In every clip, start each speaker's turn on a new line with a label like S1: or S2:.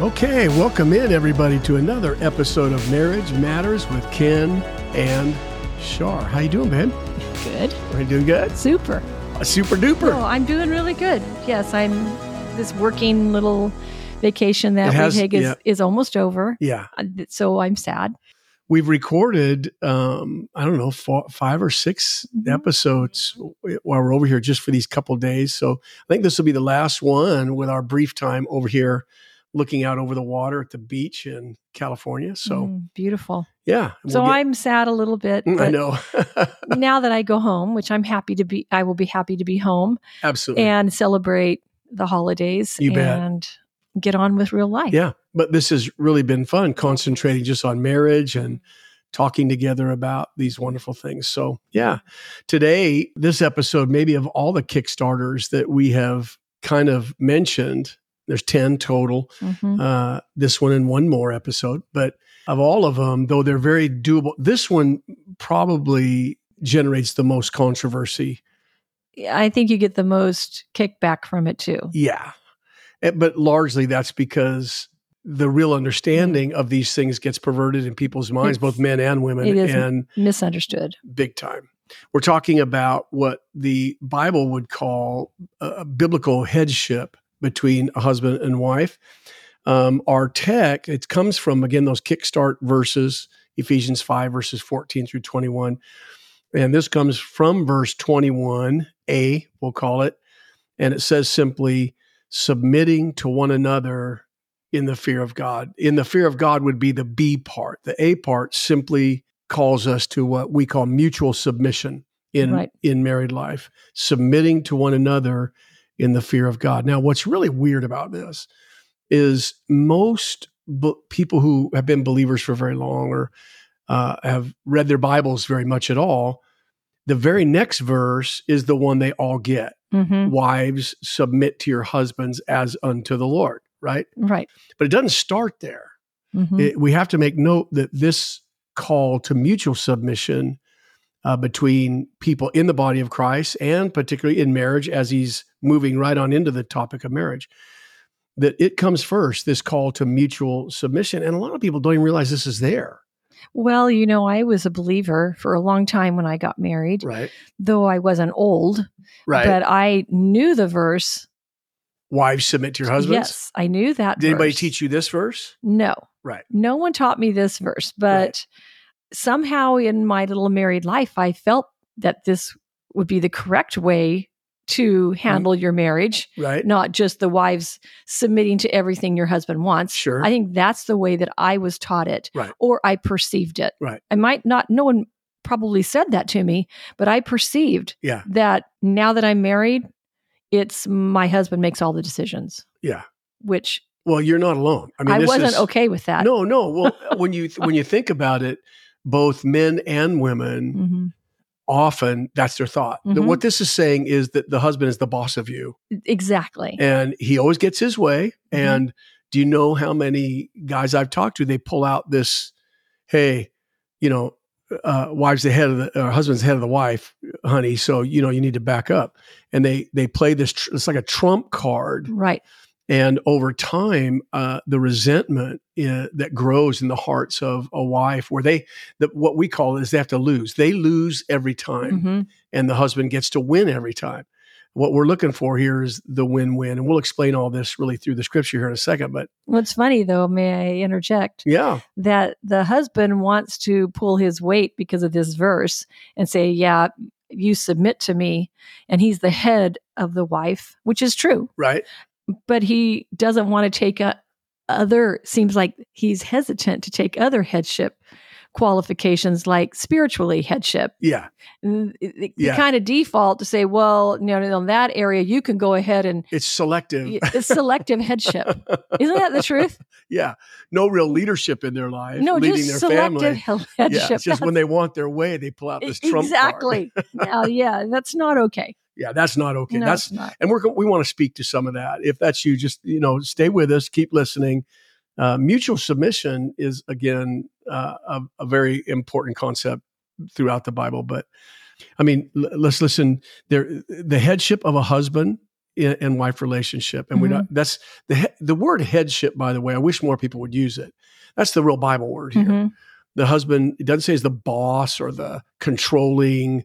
S1: Okay, welcome in everybody to another episode of Marriage Matters with Ken and Shar. How you doing, babe?
S2: Good.
S1: Are you doing good?
S2: Super.
S1: Super duper.
S2: Oh, I'm doing really good. Yes, I'm this working little vacation
S1: It
S2: that
S1: has-
S2: we take is,
S1: yeah.
S2: is almost over.
S1: Yeah,
S2: Uh, th- So I'm sad.
S1: we've recorded um, I don't know four, five or 6
S2: Mhm.
S1: episodes w- while we're over here just for these couple days. So I think this will be the last one with our brief time over here, looking out over the water at the beach in California. So
S2: Mm, beautiful.
S1: yeah,
S2: so
S1: we'll get-
S2: I'm sad a little bit.
S1: Mm, I
S2: but
S1: know
S2: now that I go home, which I'm happy to be, I will be happy to be home
S1: absolutely.
S2: and celebrate the holidays
S1: Mm-hmm. You bet.
S2: and get on with real life.
S1: Yeah, but this has really been fun concentrating just on marriage and talking together about these wonderful things. So, yeah, today, this episode, maybe of all the Kickstarters that we have kind of mentioned, there's 10 total,
S2: Mhm.
S1: uh, this one and one more episode. But of all of them, though they're very doable, this one probably generates the most controversy.
S2: I think you get the most kickback from it too.
S1: Yeah. Eh, But largely that's because the real
S2: Mm-hmm.
S1: understanding of these things gets perverted in people's minds,
S2: It's-
S1: both men and women,
S2: it is.
S1: and
S2: Misunderstood.
S1: big time. We're talking about what the Bible would call a a biblical headship between a husband and wife. Um, our tech, it comes from, again, those kickstart verses, Ephesians 5, verses 14 through 21. And this comes from verse 21a, we'll call it. And it says simply, submitting to one another in the fear of God. In the fear of God would be the B part. The A part simply calls us to what we call mutual submission in,
S2: Right.
S1: in married life, submitting to one another in the fear of God. Now, what's really weird about this is most b- people who have been believers for very long or uh, have read their Bibles very much at all, the very next verse is the one they all get
S2: hmm
S1: wives submit to your husbands as unto the lord right
S2: Right.
S1: but it doesn't start there
S2: Mhm.
S1: It- we have to make note that this call to mutual submission uh, between people in the body of christ and particularly in marriage as he's moving right on into the topic of marriage that it comes first this call to mutual submission and a lot of people don't even realize this is there
S2: Well, you know, I was a believer for a long time when I got married,
S1: right
S2: though I wasn't old,
S1: right
S2: but I knew the verse.
S1: wives submit to your husbands
S2: Yes, I knew that.
S1: did anybody
S2: verse.
S1: teach you this verse
S2: No.
S1: Right.
S2: No one taught me this verse, but
S1: Right.
S2: somehow in my little married life, I felt that this would be the correct way to
S1: Mm-hmm.
S2: handle your marriage,
S1: right
S2: not just the wives submitting to everything your husband wants.
S1: sure
S2: I think that's the way that I was taught it
S1: Right.
S2: or I perceived it.
S1: Right.
S2: I might not, no one probably said that to me, but I perceived
S1: Yeah.
S2: that now that I'm married, it's my husband makes all the decisions.
S1: Yeah.
S2: Which
S1: well you're not alone i
S2: I,
S1: mean this
S2: wasn't
S1: is,
S2: okay with that.
S1: No, no. Well, when you when you think about it, both men and women
S2: Mhm.
S1: often that's their thought. That
S2: Mhm.
S1: What this is saying is that the husband is the boss of you,
S2: Exactly.
S1: and he always gets his way.
S2: Mhm.
S1: And do you know how many guys I've talked to? They pull out this, "Hey, you know, uh, wives the head of the or husband's the head of the wife, honey. So you know you need to back up." And they they play this. Tr- it's like a trump card
S2: right.
S1: and over time uh, the resentment uh, that grows in the hearts of a wife where they the, what we call is they have to lose they lose every time
S2: hmm
S1: and the husband gets to win every time what we're looking for here is the win-win and we'll explain all this really through the scripture here in a second but
S2: Well, it's funny though, may I interject,
S1: yeah
S2: that the husband wants to pull his weight because of this verse and say, Yeah, you submit to me. And he's the head of the wife, which is true.
S1: right
S2: but he doesn't want to take a other seems like he's hesitant to take other headship qualifications like spiritually headship
S1: yeah
S2: And it- it-
S1: Yeah.
S2: the kind of default to say well no no in that area you can go ahead and
S1: it's selective
S2: it's selective headship isn't that the truth
S1: yeah no real leadership in their life
S2: no
S1: leading
S2: just
S1: their
S2: selective
S1: family
S2: hel-
S1: yeah
S2: headship
S1: it's just when they want their way they pull out
S2: That's- e,
S1: this trump card.
S2: exactly now yeah that's not okay
S1: yeah that's not okay
S2: no
S1: that's
S2: it's not
S1: and we're go- we want to speak to some of that. If that's you, just you know, stay with us, keep listening. Uh, mutual submission is again uh, a, a very important concept throughout the Bible. But I mean, l- let's listen. There, the headship of a husband in, and wife relationship. And we
S2: Mhm.
S1: don't, that's the he- the word headship. By the way, I wish more people would use it. That's the real Bible word here.
S2: Mhm.
S1: The husband it doesn't say he's the boss or the controlling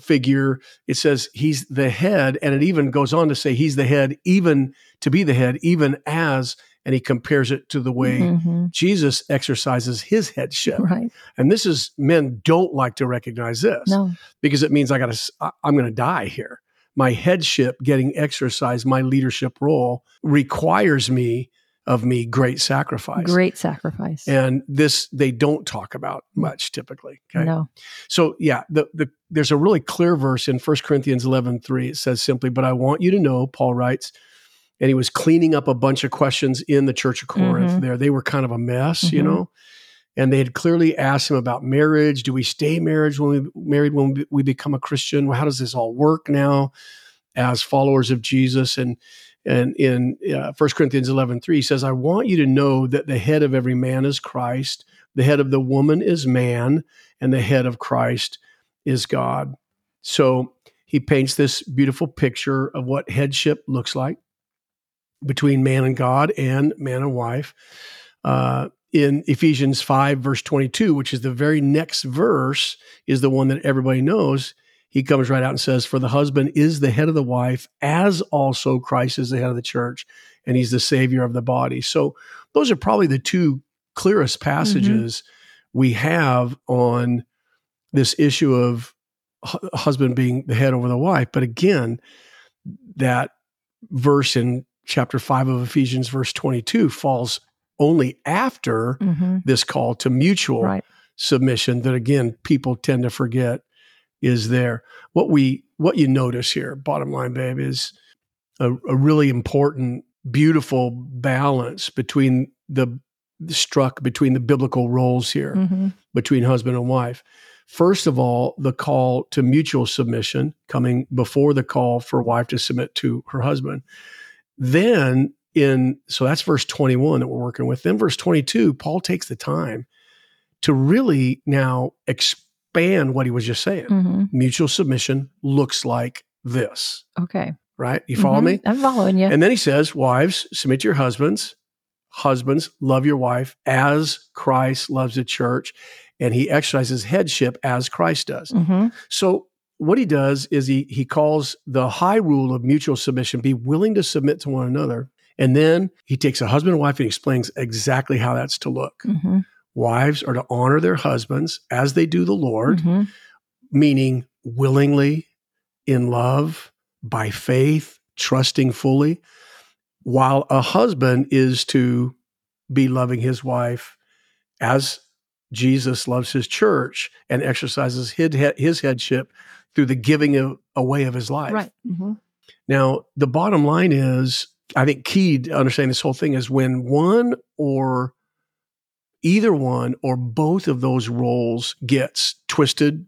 S1: figure. It says he's the head, and it even goes on to say he's the head, even to be the head, even as. And he compares it to the way
S2: Mhm.
S1: Jesus exercises his headship.
S2: Right.
S1: And this is men don't like to recognize this
S2: No.
S1: because it means I got to I'm going to die here. My headship getting exercised, my leadership role requires me of me great sacrifice.
S2: Great sacrifice.
S1: And this they don't talk about much typically. Okay.
S2: No.
S1: So yeah, the, the there's a really clear verse in 1 Corinthians 11:3. It says simply, "But I want you to know," Paul writes, and he was cleaning up a bunch of questions in the church of Corinth.
S2: Mhm.
S1: There, they were kind of a mess, you
S2: Mhm.
S1: know. And they had clearly asked him about marriage. Do we stay marriage when we married when we- we become a Christian? How does this all work now as followers of Jesus? And and in uh, 1 Corinthians 11, 3, he says, I want you to know that the head of every man is Christ, the head of the woman is man, and the head of Christ is God. So he paints this beautiful picture of what headship looks like between man and God and man and wife. Uh, in Ephesians 5, verse 22, which is the very next verse, is the one that everybody knows. He comes right out and says, For the husband is the head of the wife, as also Christ is the head of the church, and he's the savior of the body. So those are probably the two clearest passages we have on this issue of hu- husband being the head over the wife. But again, that verse in chapter 5 of Ephesians, verse 22, falls only after
S2: hmm
S1: this call to mutual
S2: Right.
S1: submission that again people tend to forget is there what we what you notice here bottom line babe is a, a really important beautiful balance between the struck between the biblical roles here
S2: hmm
S1: between husband and wife. First of all, the call to mutual submission coming before the call for wife to submit to her husband. Then in so that's verse 21 that we're working with. Then verse 22, Paul takes the time to really now expand what he was just saying.
S2: hmm
S1: Mutual submission looks like this,
S2: Okay.
S1: right? You follow
S2: Mhm.
S1: me?
S2: I'm following you.
S1: And then he says, Wives, submit to your husbands. Husbands, love your wife as Christ loves the church. And he exercises headship as Christ does.
S2: hmm
S1: So, what he does is he, he calls the high rule of mutual submission be willing to submit to one another. And then he takes a husband and wife and explains exactly how that's to look.
S2: hmm
S1: Wives are to honor their husbands as they do the Lord
S2: hmm
S1: meaning willingly, in love, by faith, trusting fully, while a husband is to be loving his wife as Jesus loves his church and exercises his, head- his headship through the giving of, away of his life.
S2: Right. hmm
S1: Now, the bottom line is I think key to understanding this whole thing is when one or either one or both of those roles gets twisted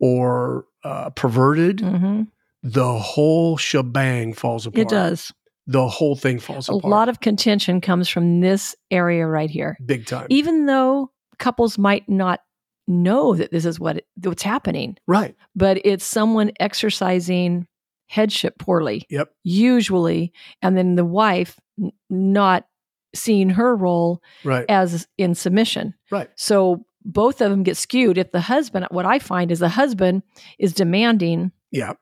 S1: or uh, perverted,
S2: hmm
S1: the whole shebang falls apart.
S2: It does.
S1: The whole thing falls
S2: A
S1: apart.
S2: lot of contention comes from this area right here.
S1: big time.
S2: Even though couples might not know that this is what it, what's happening,
S1: right.
S2: but it's someone exercising headship poorly,
S1: Yep.
S2: usually, and then the wife n- not seeing her role
S1: Right.
S2: as in submission.
S1: Right.
S2: So both of them get skewed. If the husband, what I find is the husband is demanding,
S1: Yeah.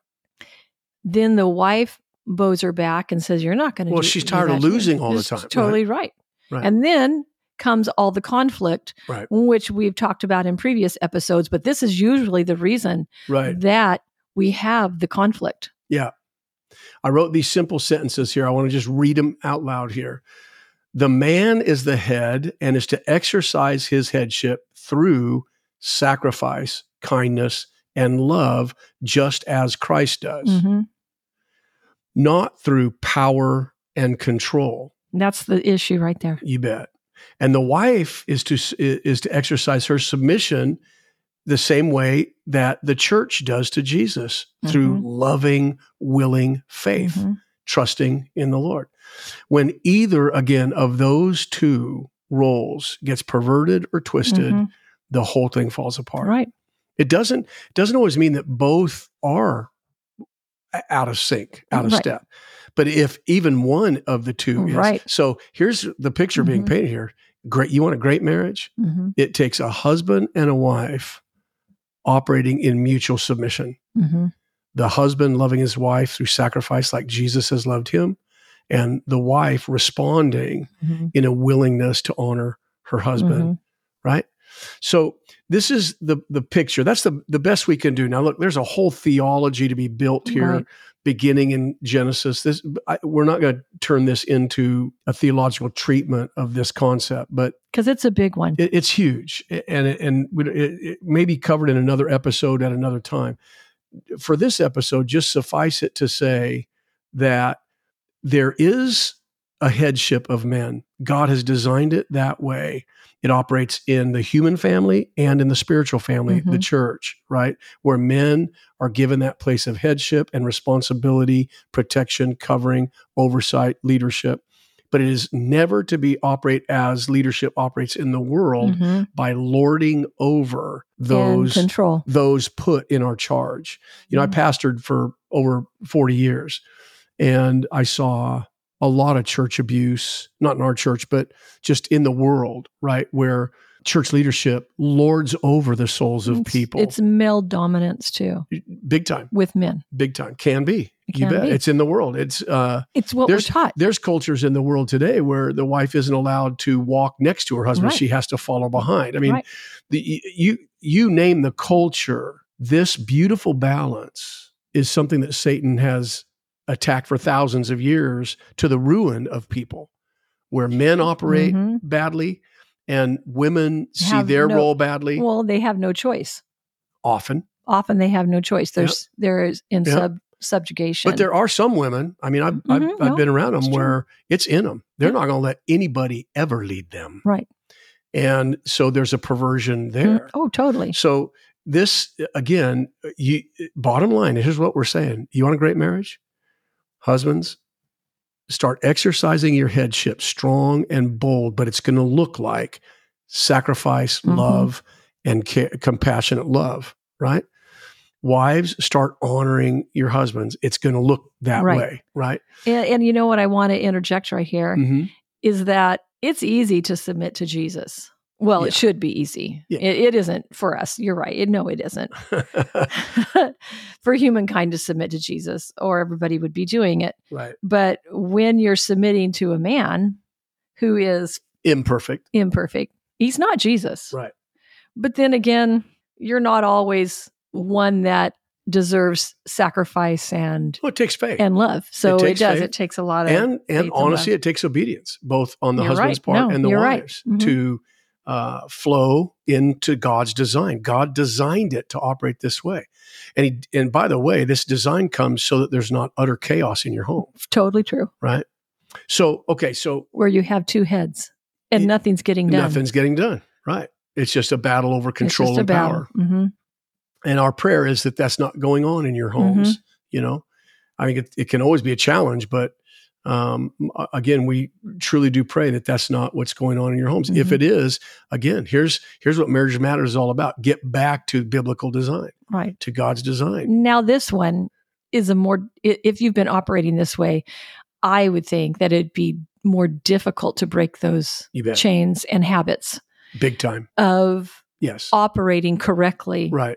S2: then the wife bows her back and says, "You're not going to."
S1: Well,
S2: do,
S1: she's
S2: do
S1: tired of
S2: that to me."
S1: losing all the
S2: That's
S1: time,
S2: Totally right.
S1: Right.
S2: And then comes all the conflict,
S1: Right.
S2: which we've talked about in previous episodes. But this is usually the reason
S1: Right.
S2: that we have the conflict.
S1: I wrote these simple sentences here. I want to just read them out loud here. The man is the head and is to exercise his headship through sacrifice, kindness, and love, just as Christ does,
S2: hmm
S1: not through power and control.
S2: That's the issue right there.
S1: You bet. And the wife is to is to exercise her submission the same way that the church does to Jesus through
S2: Mhm.
S1: loving, willing faith,
S2: Mhm.
S1: trusting in the Lord. When either again of those two roles gets perverted or twisted,
S2: Mhm.
S1: the whole thing falls apart.
S2: Right.
S1: It doesn't it doesn't always mean that both are out of sync, out of
S2: Right.
S1: step. But if even one of the two is
S2: Right.
S1: so here's the picture being
S2: Mhm.
S1: painted here. Great you want a great marriage?
S2: hmm
S1: It takes a husband and a wife operating in mutual submission.
S2: hmm
S1: The husband loving his wife through sacrifice like Jesus has loved him, and the wife responding
S2: hmm
S1: in a willingness to honor her Mm-hmm. husband
S2: Mm-hmm.
S1: right? So this is the the picture. That's the the best we can do. Now look, there's a whole theology to be built here,
S2: Right.
S1: beginning in Genesis. This I, we're not going to turn this into a theological treatment of this concept, but
S2: Because it's a big one.
S1: it, it's huge, A- and it, and we- it, it may be covered in another episode at another time. For this episode, just suffice it to say that there is a headship of men. God has designed it that way. It operates in the human family and in the spiritual family, the
S2: Mhm.
S1: church, right? Where men are given that place of headship and responsibility, protection, covering, oversight, leadership. But it is never to be operate as leadership operates in the world
S2: Mhm.
S1: by lording over those
S2: and control.
S1: those put in our charge. You know, I
S2: Mm-hmm.
S1: pastored for over 40 years and I saw a lot of church abuse, not in our church, but just in the world, right? Where church leadership lords over the souls of
S2: It's-
S1: people.
S2: It's male dominance too
S1: big time,
S2: with men.
S1: big time. Can be.
S2: It
S1: you
S2: can
S1: bet.
S2: be.
S1: It's in the world. It's uh
S2: It's what
S1: There's-
S2: we're taught.
S1: there's cultures in the world today where the wife isn't allowed to walk next to her husband.
S2: Right.
S1: She has to follow behind. I mean,
S2: Right.
S1: the, you you name the culture. This beautiful balance is something that Satan has attacked for thousands of years to the ruin of people, where men operate
S2: Mhm.
S1: badly and women see
S2: Have
S1: their
S2: no-
S1: role badly
S2: Well, they have no choice.
S1: often.
S2: Often they have no choice. There's there is in
S1: Yep.
S2: sub subjugation.
S1: But there are some women. I mean, I've, I've,
S2: Mhm,
S1: I've
S2: no,
S1: been around them
S2: it's true.
S1: where it's in them. They're
S2: Yeah.
S1: not going to let anybody ever lead them.
S2: Right.
S1: And so there's a perversion there.
S2: Oh, totally.
S1: So this again, you bottom line, here's what we're saying. You want a great marriage? Husbands, start exercising your headship strong and bold, but it's going to look like sacrifice,
S2: Mhm.
S1: love, and ca- compassionate love, right? Wives, start honoring your husbands. It's going to look that
S2: Right.
S1: way, right?
S2: And, and you know what I want to interject right here is
S1: Mm-hmm.
S2: that it's easy to submit to Jesus. Well,
S1: Yeah.
S2: it should be easy.
S1: Yeah.
S2: It, it isn't for us. You're right. It, no, it isn't
S1: Mm-hmm.
S2: for humankind to submit to Jesus, or everybody would be doing it.
S1: right.
S2: But when you're submitting to a man who is
S1: Imperfect.
S2: imperfect, he's not Jesus.
S1: Right.
S2: But then again, you're not always one that deserves sacrifice and
S1: Well, it takes faith.
S2: and love. So it,
S1: takes
S2: does.
S1: faith.
S2: It takes a lot of
S1: and and
S2: faith and
S1: honestly, it takes obedience both on the
S2: You're
S1: husband's
S2: right.
S1: part
S2: No,
S1: and the
S2: you're right.
S1: wife's
S2: Mhm.
S1: to uh, flow into God's design. God designed it to operate this way, and he, and by the way, this design comes so that there's not utter chaos in your home,
S2: totally true.
S1: right? So okay, so
S2: Where you have two heads and
S1: It-
S2: nothing's getting done.
S1: nothing's getting done, right? It's just a battle over control and power.
S2: hmm
S1: and our prayer is that that's not going on in your homes
S2: Mm-hmm.
S1: you know i think it, it can always be a challenge but um, a- again we truly do pray that that's not what's going on in your homes if
S2: Mhm.
S1: it is again here's here's what marriage matters is all about get back to biblical design
S2: Right.
S1: to god's design
S2: Now this one is a more i- if you've been operating this way, I would think that it'd be more difficult to break those
S1: you bet
S2: chains and habits
S1: big time
S2: of
S1: yes
S2: operating correctly
S1: right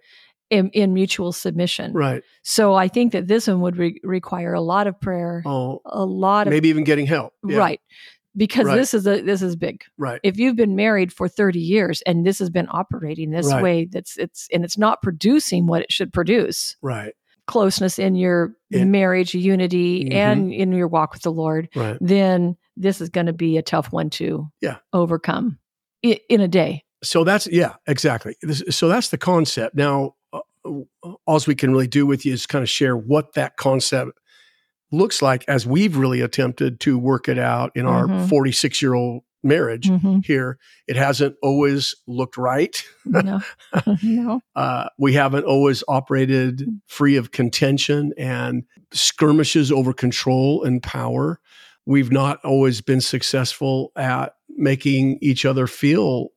S2: in, in mutual submission.
S1: right
S2: So I think that this one would re- require a lot of prayer,
S1: oh
S2: a lot of
S1: maybe even getting help Yeah,
S2: right, because
S1: Right.
S2: this is a this is big.
S1: right
S2: If you've been married for thirty years and this has been operating this
S1: Right.
S2: way, that's it's and it's not producing what it should produce
S1: right
S2: closeness in your
S1: It-
S2: marriage unity
S1: Mhm.
S2: and in your walk with the Lord.
S1: right
S2: Then this is going to be a tough one to
S1: Yeah.
S2: overcome in, in a day.
S1: so that's yeah exactly this, so that's the concept now uh, all we can really do with you is kind of share what that concept looks like as we've really attempted to work it out in our
S2: Mhm.
S1: 46 year old marriage
S2: Mhm.
S1: here it hasn't always looked right
S2: No, no,
S1: uh, we haven't always operated
S2: Hmm.
S1: free of contention and skirmishes over control and power we've not always been successful at making each other feel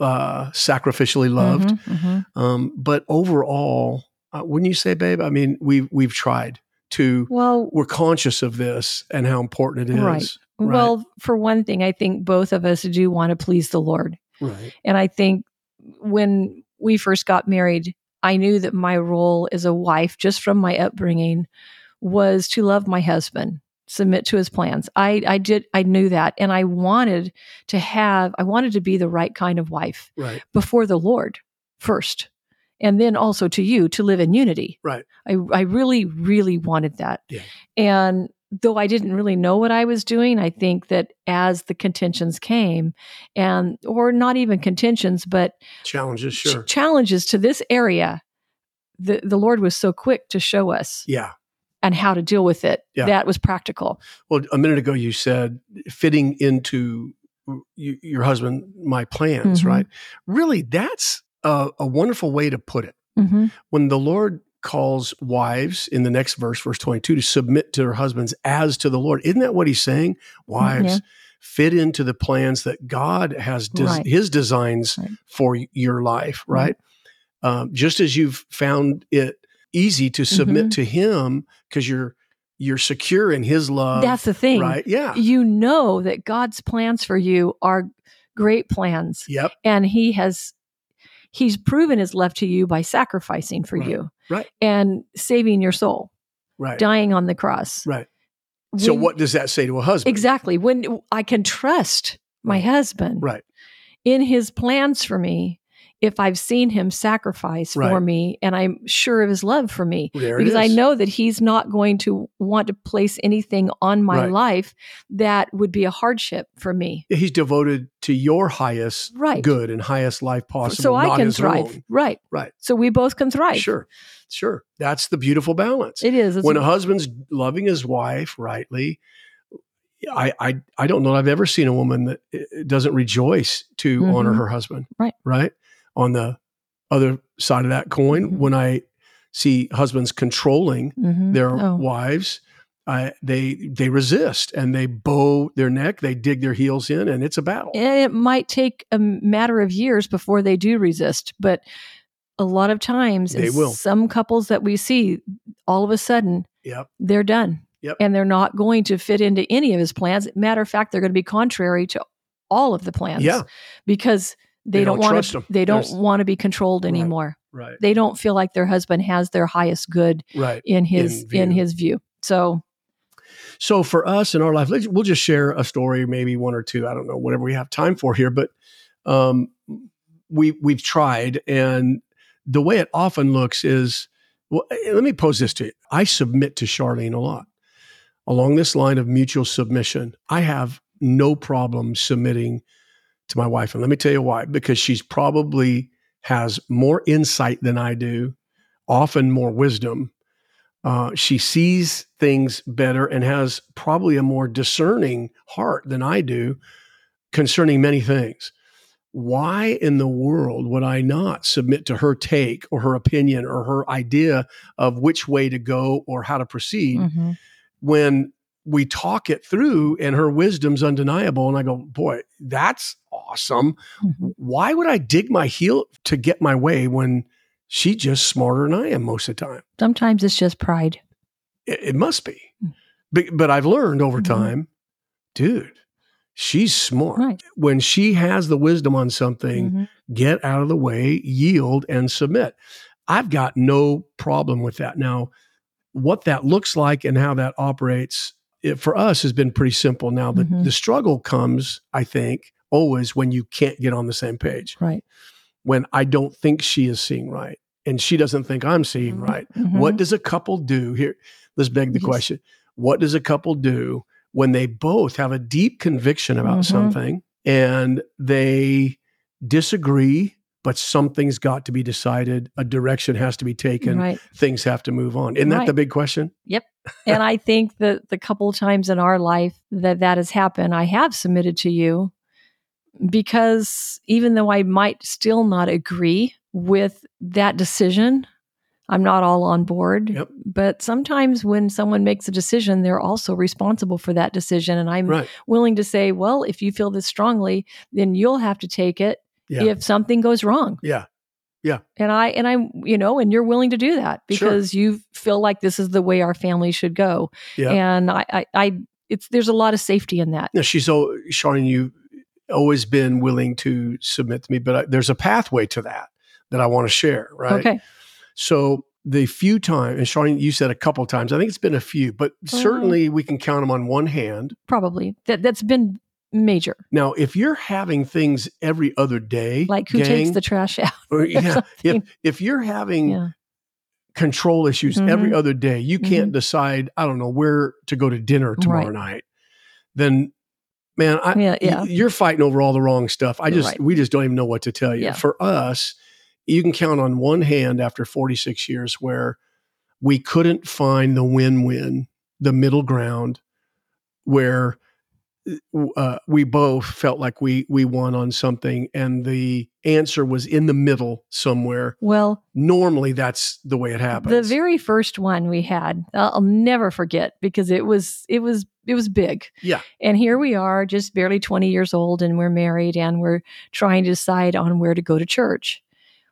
S1: uh, sacrificially loved
S2: Mhm, mhm.
S1: um, but overall, uh, wouldn't you say, babe? I mean, we've we've tried to
S2: Well,
S1: we're conscious of this and how important it is.
S2: Right.
S1: Right.
S2: well, for one thing, I think both of us do want to please the Lord.
S1: Right.
S2: And I think when we first got married, I knew that my role as a wife, just from my upbringing, was to love my husband, submit to his plans. I, I did, I knew that. And I wanted to have, I wanted to be the right kind of wife
S1: Right.
S2: before the Lord first. And then also to you to live in unity.
S1: Right.
S2: I, I really, really wanted that.
S1: Yeah.
S2: And though I didn't really know what I was doing, I think that as the contentions came, and or not even contentions, but
S1: Challenges,
S2: ch-
S1: sure.
S2: challenges to this area, the, the Lord was so quick to show us
S1: yeah.
S2: and how to deal with it.
S1: Yeah.
S2: That was practical.
S1: Well, a minute ago you said fitting into y- your husband my plans,
S2: Mhm.
S1: right? Really, that's a, a wonderful way to put it.
S2: Mm-hmm.
S1: When the Lord calls wives in the next verse, verse 22, to submit to their husbands as to the Lord, isn't that what he's saying? Wives,
S2: Mm-hmm, yeah.
S1: fit into the plans that God has, des-
S2: Right.
S1: his designs
S2: Right. Mm-hmm.
S1: for y- your life, right? Um, just as you've found it easy to
S2: Mm-hmm.
S1: submit to him because you're you're secure in his love
S2: That's the thing.
S1: Um, Right. Yeah.
S2: You know that God's plans for you are great plans,
S1: Yep.
S2: and He has. He's proven his love to you by sacrificing for
S1: Right.
S2: you
S1: Right.
S2: and saving your soul.
S1: Right.
S2: dying on the cross.
S1: Right. so
S2: When-
S1: what does that say to a husband?
S2: exactly when I can trust my
S1: Right.
S2: husband
S1: Right.
S2: in his plans for me if I've seen him sacrifice for
S1: Right.
S2: me and I'm sure of his love for me
S1: There
S2: because
S1: it
S2: I
S1: is.
S2: know that he's not going to want to place anything on my
S1: Right.
S2: life that would be a hardship for me.
S1: he's devoted to your highest
S2: Right.
S1: good and highest life possible.
S2: so I
S1: not
S2: can
S1: his
S2: thrive.
S1: own.
S2: Right.
S1: Right.
S2: So we both can thrive.
S1: Sure. Sure. That's the beautiful balance.
S2: It is. It's
S1: when a husband's loving his wife rightly, I, I I don't know that I've ever seen a woman that eh, doesn't rejoice to
S2: Mhm.
S1: honor her husband.
S2: Right.
S1: Right. On the other side of that coin,
S2: Mhm.
S1: when I see husbands controlling
S2: Mhm.
S1: their
S2: Oh.
S1: wives. Uh, they they resist and they bow their neck, they dig their heels in, and it's a battle.
S2: and it might take a matter of years before they do resist but a lot of times in
S1: They will.
S2: some couples that we see all of a sudden
S1: Yep.
S2: they're done
S1: Yep.
S2: and they're not going to fit into any of his plans matter of fact they're going to be contrary to all of the plans
S1: Yeah.
S2: because they,
S1: They
S2: don't,
S1: don't
S2: want
S1: trust
S2: to
S1: 'em.
S2: they don't
S1: There's-
S2: want to be controlled anymore
S1: Right.
S2: they don't feel like their husband has their highest good
S1: Right.
S2: in his
S1: In
S2: in,
S1: view.
S2: his view so
S1: So for us in our life, let's, we'll just share a story, maybe one or two. I don't know, whatever we have time for here, but um, we we've tried, and the way it often looks is. Well, eh, let me pose this to you. I submit to Charlene a lot along this line of mutual submission. I have no problem submitting to my wife. And let me tell you why because she's probably has more insight than I do, often more wisdom. Uh, she sees things better and has probably a more discerning heart than I do concerning many things. Why in the world would I not submit to her take or her opinion or her idea of which way to go or how to proceed?
S2: mhm.
S1: when we talk it through and her wisdom's undeniable and i go boy that's awesome
S2: Mhm.
S1: why would i dig my heel to get my way when she's just smarter than i am most of the time
S2: sometimes it's just pride
S1: it, it must be but, but i've learned over
S2: Mhm.
S1: time dude she's smart
S2: right
S1: when she has the wisdom on something
S2: Mhm.
S1: get out of the way, yield, and submit. I've got no problem with that. Now, what that looks like and how that operates it, for us has been pretty simple. Now, the,
S2: Mhm.
S1: the struggle comes, I think, always when you can't get on the same page,
S2: right
S1: when I don't think she is seeing right and she doesn't think I'm seeing right.
S2: Mhm.
S1: What does a couple do here? Let's beg the
S2: Yes.
S1: question. What does a couple do when they both have a deep conviction about
S2: Mhm.
S1: something and they disagree, but something's got to be decided, a direction has to be taken,
S2: right
S1: things have to move on. Isn't that
S2: Right.
S1: the big question?
S2: and I think that the couple times in our life that that has happened, I have submitted to you because even though I might still not agree with that decision, I'm not all on board.
S1: Yep.
S2: But sometimes when someone makes a decision, they're also responsible for that decision. And I'm
S1: Right.
S2: willing to say, well, if you feel this strongly, then you'll have to take it
S1: Yeah.
S2: if something goes wrong.
S1: Yeah. Yeah.
S2: And I and I you know and you're willing to do that because you feel like this is the way our family should go.
S1: Yeah.
S2: And I, I I it's there's a lot of safety in that.
S1: Now she's all Sharon. You've always been willing to submit to me, but I, there's a pathway to that that I want to share. Right.
S2: Okay.
S1: So the few times, and Sharon, you said a couple times. I think it's been a few, but
S2: Mm-hmm.
S1: certainly we can count them on one hand.
S2: Probably. That that's been major.
S1: Now, if you're having things every other day,
S2: Like who takes
S1: gang,
S2: the trash out?
S1: or- yeah, if
S2: something.
S1: if you're having
S2: Yeah. Mm-hmm.
S1: control issues every other day, you can't decide. I don't know where to go to dinner tomorrow
S2: Right.
S1: night. Then, man, I,
S2: Yeah,
S1: y-
S2: yeah.
S1: you're fighting over all the wrong stuff. I just
S2: Right.
S1: we just don't even know what to tell you.
S2: Yeah.
S1: For us, you can count on one hand after 46 years where we couldn't find the win-win, the middle ground where uh, we both felt like we we won on something and the answer was in the middle somewhere.
S2: Well,
S1: Normally that's the way it happens.
S2: The very first one we had, I'll I'll never forget because it was it was it was big.
S1: Yeah.
S2: And here we are, just barely 20 years old and we're married and we're trying to decide on where to go to church.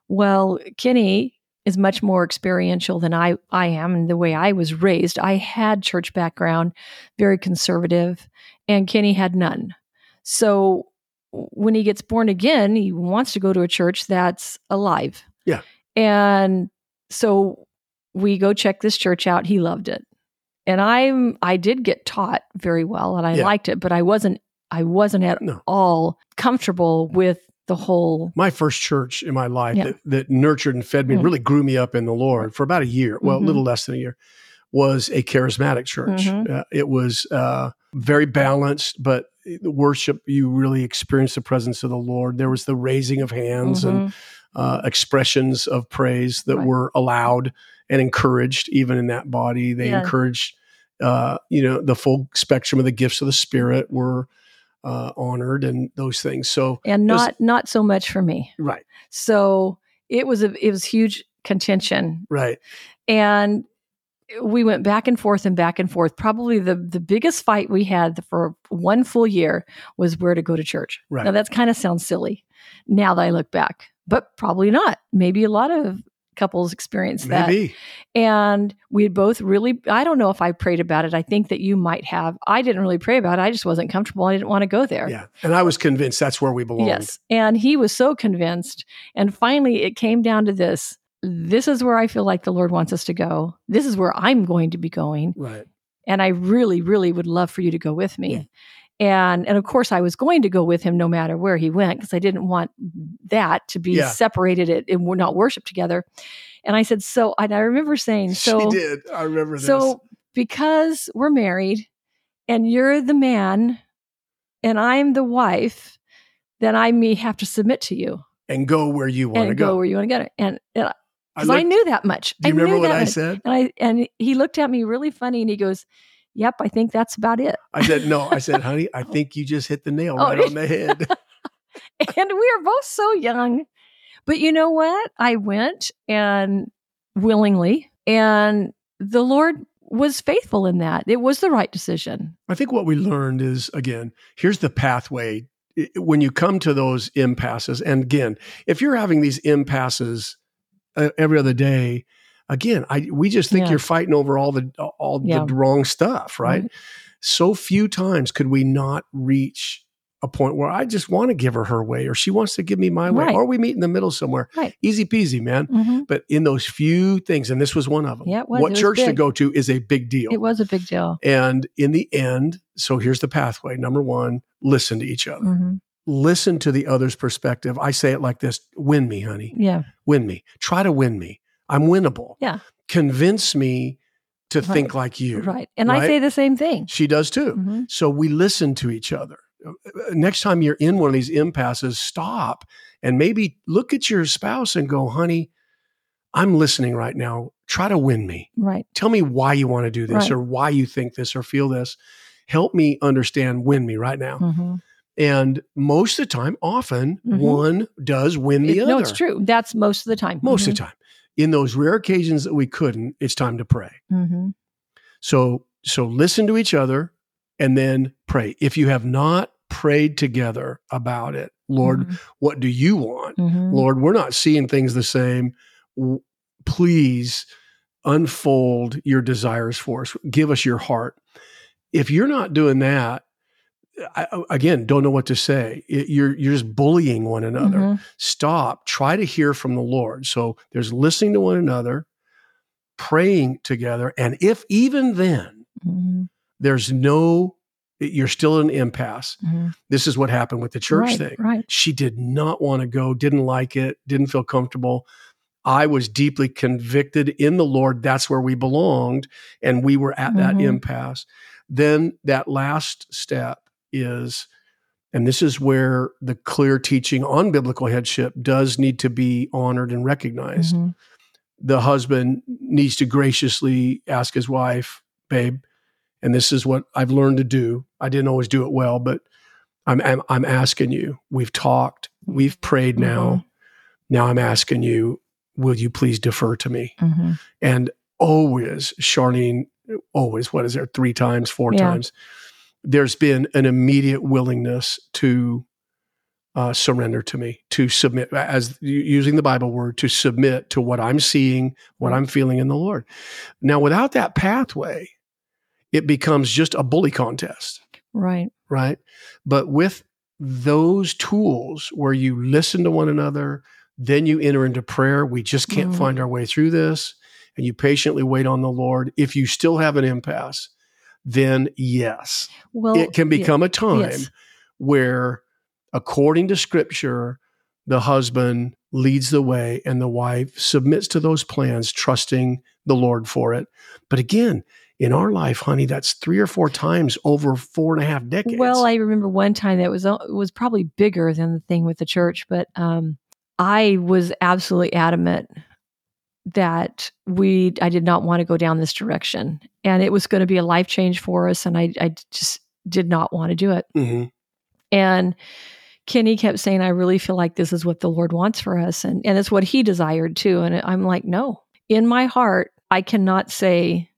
S2: Well, Kenny is much more experiential than I I am and the way I was raised. I had church background, very conservative, and Kenny had none. So when he gets born again, he wants to go to a church that's alive.
S1: Yeah.
S2: And so we go check this church out he loved it and i'm i did get taught very well and i
S1: Yeah.
S2: liked it but i wasn't i wasn't at
S1: No.
S2: all comfortable with the whole
S1: my first church in my life
S2: Yeah.
S1: that, that nurtured and fed me,
S2: Mm.
S1: really grew me up in the Lord for about a year, well, a
S2: Mhm.
S1: little less than a year, was a charismatic church.
S2: Mhm.
S1: Uh, it was uh, very balanced, but the worship, you really experienced the presence of the Lord. There was the raising of hands and
S2: Mhm.
S1: uh, expressions of praise that
S2: Right.
S1: were allowed and encouraged even in that body they
S2: Yeah.
S1: encouraged uh, you know the full spectrum of the gifts of the spirit were uh, honored and those things so
S2: and
S1: it was-
S2: not not so much for me
S1: right
S2: so it was a it was huge contention
S1: right
S2: and we went back and forth and back and forth probably the the biggest fight we had for one full year was where to go to church
S1: Right.
S2: now that's kind of sounds silly now that i look back but probably not maybe a lot of couples experience that
S1: maybe
S2: and we had both really i don't know if i prayed about it i think that you might have i didn't really pray about it i just wasn't comfortable i didn't want to go there
S1: yeah and i was convinced that's where we belonged
S2: Yes. And he was so convinced. And finally, it came down to this this is where I feel like the Lord wants us to go. This is where I'm going to be going.
S1: right
S2: And I really, really would love for you to go with me. And, and of course, I was going to go with him no matter where he went because I didn't want that to be
S1: Yeah.
S2: separated it, and we're not worship together. And I said, So, and I remember saying, So,
S1: she did i remember this
S2: so because we're married and you're the man and I'm the wife, then I may have to submit to you
S1: and go where you want to
S2: and go.
S1: go,
S2: where you want to go. And because I,
S1: looked-
S2: knew that much.
S1: do you
S2: I
S1: remember
S2: knew
S1: what
S2: that
S1: i
S2: much.
S1: said
S2: And I and he looked at me really funny and he goes, Yep, I think that's about it.
S1: i said no i said honey i think you just hit the nail
S2: Oh,
S1: right
S2: did-
S1: on the head
S2: and we are both so young. But you know what? I went and willingly and the Lord was faithful in that. It was the right decision.
S1: I think what we learned is again, here's the pathway I- when you come to those impasses. And again, if you're having these impasses uh, every other day, again, I we just think
S2: Yeah.
S1: you're fighting over all the all
S2: Yeah. Mm-hmm.
S1: the wrong stuff, right? So few times could we not reach a point where I just want to give her her way or she wants to give me my way
S2: Right.
S1: or we meet in the middle somewhere.
S2: Right.
S1: Easy peasy, man.
S2: Mhm.
S1: But in those few things, and this was one of them.
S2: Yeah, it was.
S1: What
S2: It was
S1: church to
S2: big.
S1: go to is a big deal.
S2: It was a big deal.
S1: And in the end, so here's the pathway. Number one, listen to each other.
S2: Mhm.
S1: Listen to the other's perspective. I say it like this win me, honey.
S2: Yeah.
S1: Win me. Try to win me. I'm winnable.
S2: Yeah.
S1: Convince me to
S2: Right.
S1: think like you.
S2: Right. And
S1: right?
S2: I say the same thing.
S1: She does too.
S2: Mhm.
S1: So we listen to each other. Uh, Next time you're in one of these impasses, stop and maybe look at your spouse and go, honey, I'm listening right now. Try to win me
S2: Right.
S1: tell me why you want to do this
S2: Right.
S1: or why you think this or feel this. Help me understand win me right now.
S2: Mhm.
S1: And most of the time, often
S2: Mhm.
S1: one does win the
S2: It-
S1: other.
S2: no, it's true. Mm-hmm. That's most of the time.
S1: Most of the time. In those rare occasions that we couldn't, it's time to pray.
S2: time. hmm
S1: So so listen to each other and then pray. If you have not prayed together about it. Lord,
S2: Mhm.
S1: what do you want?
S2: Mhm.
S1: Lord, we're not seeing things the same. W- Please unfold your desires for us. Give us your heart. If you're not doing that, I, I- again, don't know what to say. It- you're you're just bullying one another.
S2: Mhm.
S1: Stop. Try to hear from the Lord. So there's listening to one another, praying together, and if even then
S2: Mhm.
S1: there's no, you're still in an impasse.
S2: Mhm.
S1: This is what happened with the church
S2: right,
S1: thing
S2: Right.
S1: she did not want to go, didn't like it, didn't feel comfortable. I was deeply convicted in the Lord. That's where we belonged. And we were at that
S2: Mhm.
S1: impasse. Then that last step is, and this is where the clear teaching on biblical headship does need to be honored and recognized.
S2: Mhm.
S1: The husband needs to graciously ask his wife, babe, and this is what I've learned to do. I didn't always do it well, but I'm I'm, I'm asking you. We've talked, we've prayed
S2: Mm-hmm.
S1: now. Now I'm asking you, will you please defer to me?
S2: Mhm.
S1: And always, Charlene, always, what is there, three times, four
S2: Yeah.
S1: times, there's been an immediate willingness to uh, surrender to me, to submit, as u- using the Bible word, to submit to what I'm seeing, what I'm feeling in the Lord. Now, without that pathway, it becomes just a bully contest
S2: Right.
S1: right? But with those tools where you listen to one another, then you enter into prayer. We just can't
S2: Mhm.
S1: find our way through this. And you patiently wait on the Lord. If you still have an impasse, then yes,
S2: Well,
S1: it can
S2: Oh, yeah.
S1: become a time
S2: Yes.
S1: where, according to scripture, the husband leads the way and the wife submits to those plans, trusting the Lord for it. But again, in our life, honey, that's three or four times over four and a half decades.
S2: Well, I remember one time that was uh, was probably bigger than the thing with the church, but um, I was absolutely adamant that we I did not want to go down this direction, and it was going to be a life change for us, and I I just did not want to do it.
S1: hmm
S2: And Kenny kept saying, "I really feel like this is what the Lord wants for us," and and it's what He desired too. And I'm like, no, in my heart, I cannot say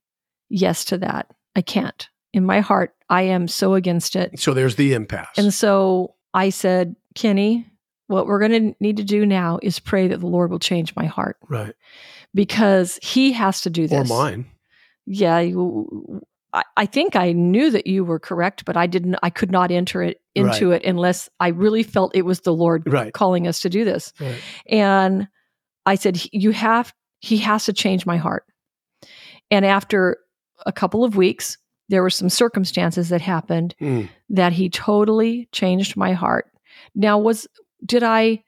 S2: yes to that. I can't. In my heart, I am so against it.
S1: So there's the impasse.
S2: And so I said, Kenny, what we're going to need to do now is pray that the Lord will change my heart
S1: right.
S2: because He has to do
S1: Or
S2: this.
S1: mine.
S2: Yeah, you- I, I think I knew that you were correct, but I didn't. I could not enter it into it unless I really felt it was the Lord
S1: Right.
S2: calling us to do this.
S1: Right.
S2: And I said, "He- You have, he has to change my heart. And after a couple of weeks, there were some circumstances that happened
S1: Mm.
S2: that he totally changed my heart. Now, was, did I,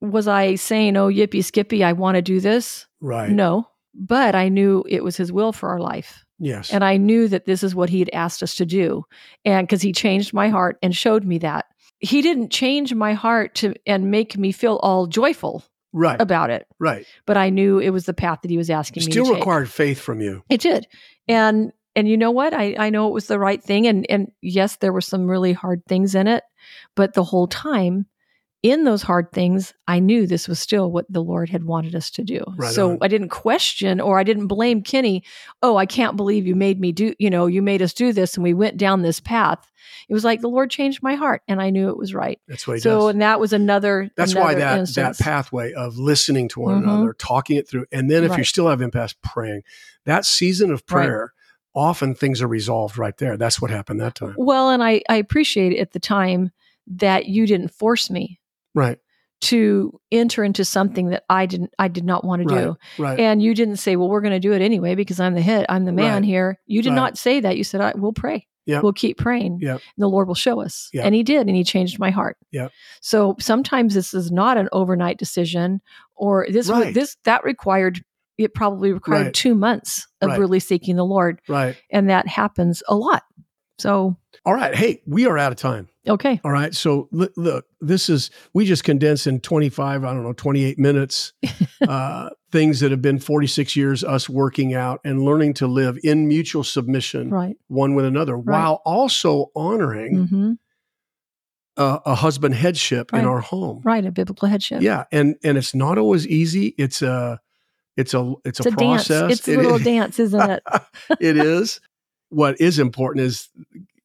S2: was I saying, Oh, yippee skippy, I want to do this?
S1: Right.
S2: No, but I knew it was his will for our life.
S1: Yes.
S2: And I knew that this is what he had asked us to do. And because he changed my heart and showed me that. He didn't change my heart to and make me feel all joyful
S1: right.
S2: about it,
S1: right.
S2: but I knew it was the path that he was asking me to
S1: Still
S2: take.
S1: required faith from you.
S2: It did. And and you know what? I, I know it was the right thing. And and yes, there were some really hard things in it, but the whole time in those hard things, I knew this was still what the Lord had wanted us to do.
S1: Right
S2: so
S1: on.
S2: I didn't question or I didn't blame Kenny. Oh, I can't believe you made me do, you know, you made us do this and we went down this path. It was like the Lord changed my heart and I knew it was right.
S1: That's what he
S2: so
S1: does.
S2: and that was another
S1: That's why
S2: another
S1: that
S2: instance.
S1: that pathway of listening to one
S2: Mhm.
S1: another, talking it through, and then if you
S2: Right.
S1: still have impasse, praying. That season of
S2: Right.
S1: prayer, often things are resolved right there. That's what happened that time.
S2: Well, and I, I appreciate at the time that you didn't force me
S1: Right.
S2: to enter into something that I didn't I did not want to do.
S1: Right.
S2: And you didn't say, "Well, we're going to do it anyway because I'm the head, I'm the man
S1: Right.
S2: here." You did
S1: Right.
S2: not say that. You said, I, "We'll pray.
S1: Yep.
S2: We'll keep praying.
S1: Yep.
S2: And the Lord will show us."
S1: Yep.
S2: And He did, and He changed my heart.
S1: Yep.
S2: So sometimes this is not an overnight decision, or this was
S1: Right.
S2: this that required it probably required
S1: Right.
S2: two months of
S1: Right.
S2: really seeking the Lord,
S1: right.
S2: and that happens a lot. So
S1: All right. Hey, we are out of time.
S2: okay,
S1: All right. So l- look, this is we just condensed in 25, I don't know, 28 minutes uh, things that have been 46 years us working out and learning to live in mutual submission
S2: right.
S1: one with another while also honoring
S2: hmm
S1: uh, a husband headship in
S2: Right.
S1: our home.
S2: Right, a biblical headship.
S1: Yeah, and and it's not always easy. It's a it's a it's,
S2: It's
S1: a,
S2: a, dance.
S1: process.
S2: It's a
S1: It
S2: little
S1: is-
S2: dance, isn't it?
S1: it is. What is important is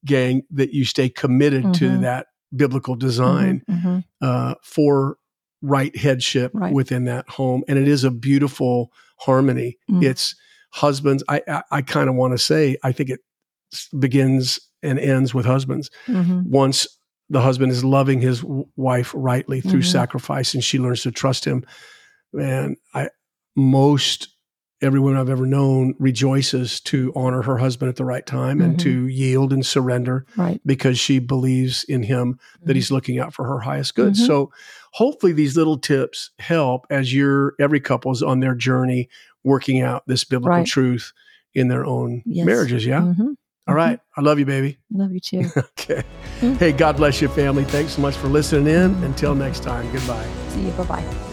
S1: gang that you stay committed to
S2: Mhm.
S1: that biblical design
S2: Mhm,
S1: uh, for right headship
S2: Right.
S1: within that home and it is a beautiful harmony
S2: mhm,
S1: it's husbands i i, I kind of want to say i think it s- begins and ends with husbands
S2: mhm,
S1: once the husband is loving his w- wife rightly through
S2: Mhm.
S1: sacrifice and she learns to trust him and i most every woman i've ever known rejoices to honor her husband at the right time and
S2: Mhm.
S1: to yield and surrender
S2: right
S1: because she believes in him
S2: Mm-hmm.
S1: that he's looking out for her highest good
S2: Mhm.
S1: so hopefully these little tips help as your every couple's on their journey working out this biblical
S2: Right.
S1: truth in their own
S2: Yes.
S1: marriages yeah
S2: Mhm.
S1: All right i love you baby
S2: Mm-hmm. love you too
S1: Okay.
S2: Mm. Mm-hmm.
S1: Hey, God bless you, family. Thanks so much for listening in. Until next time, goodbye.
S2: see you bye-bye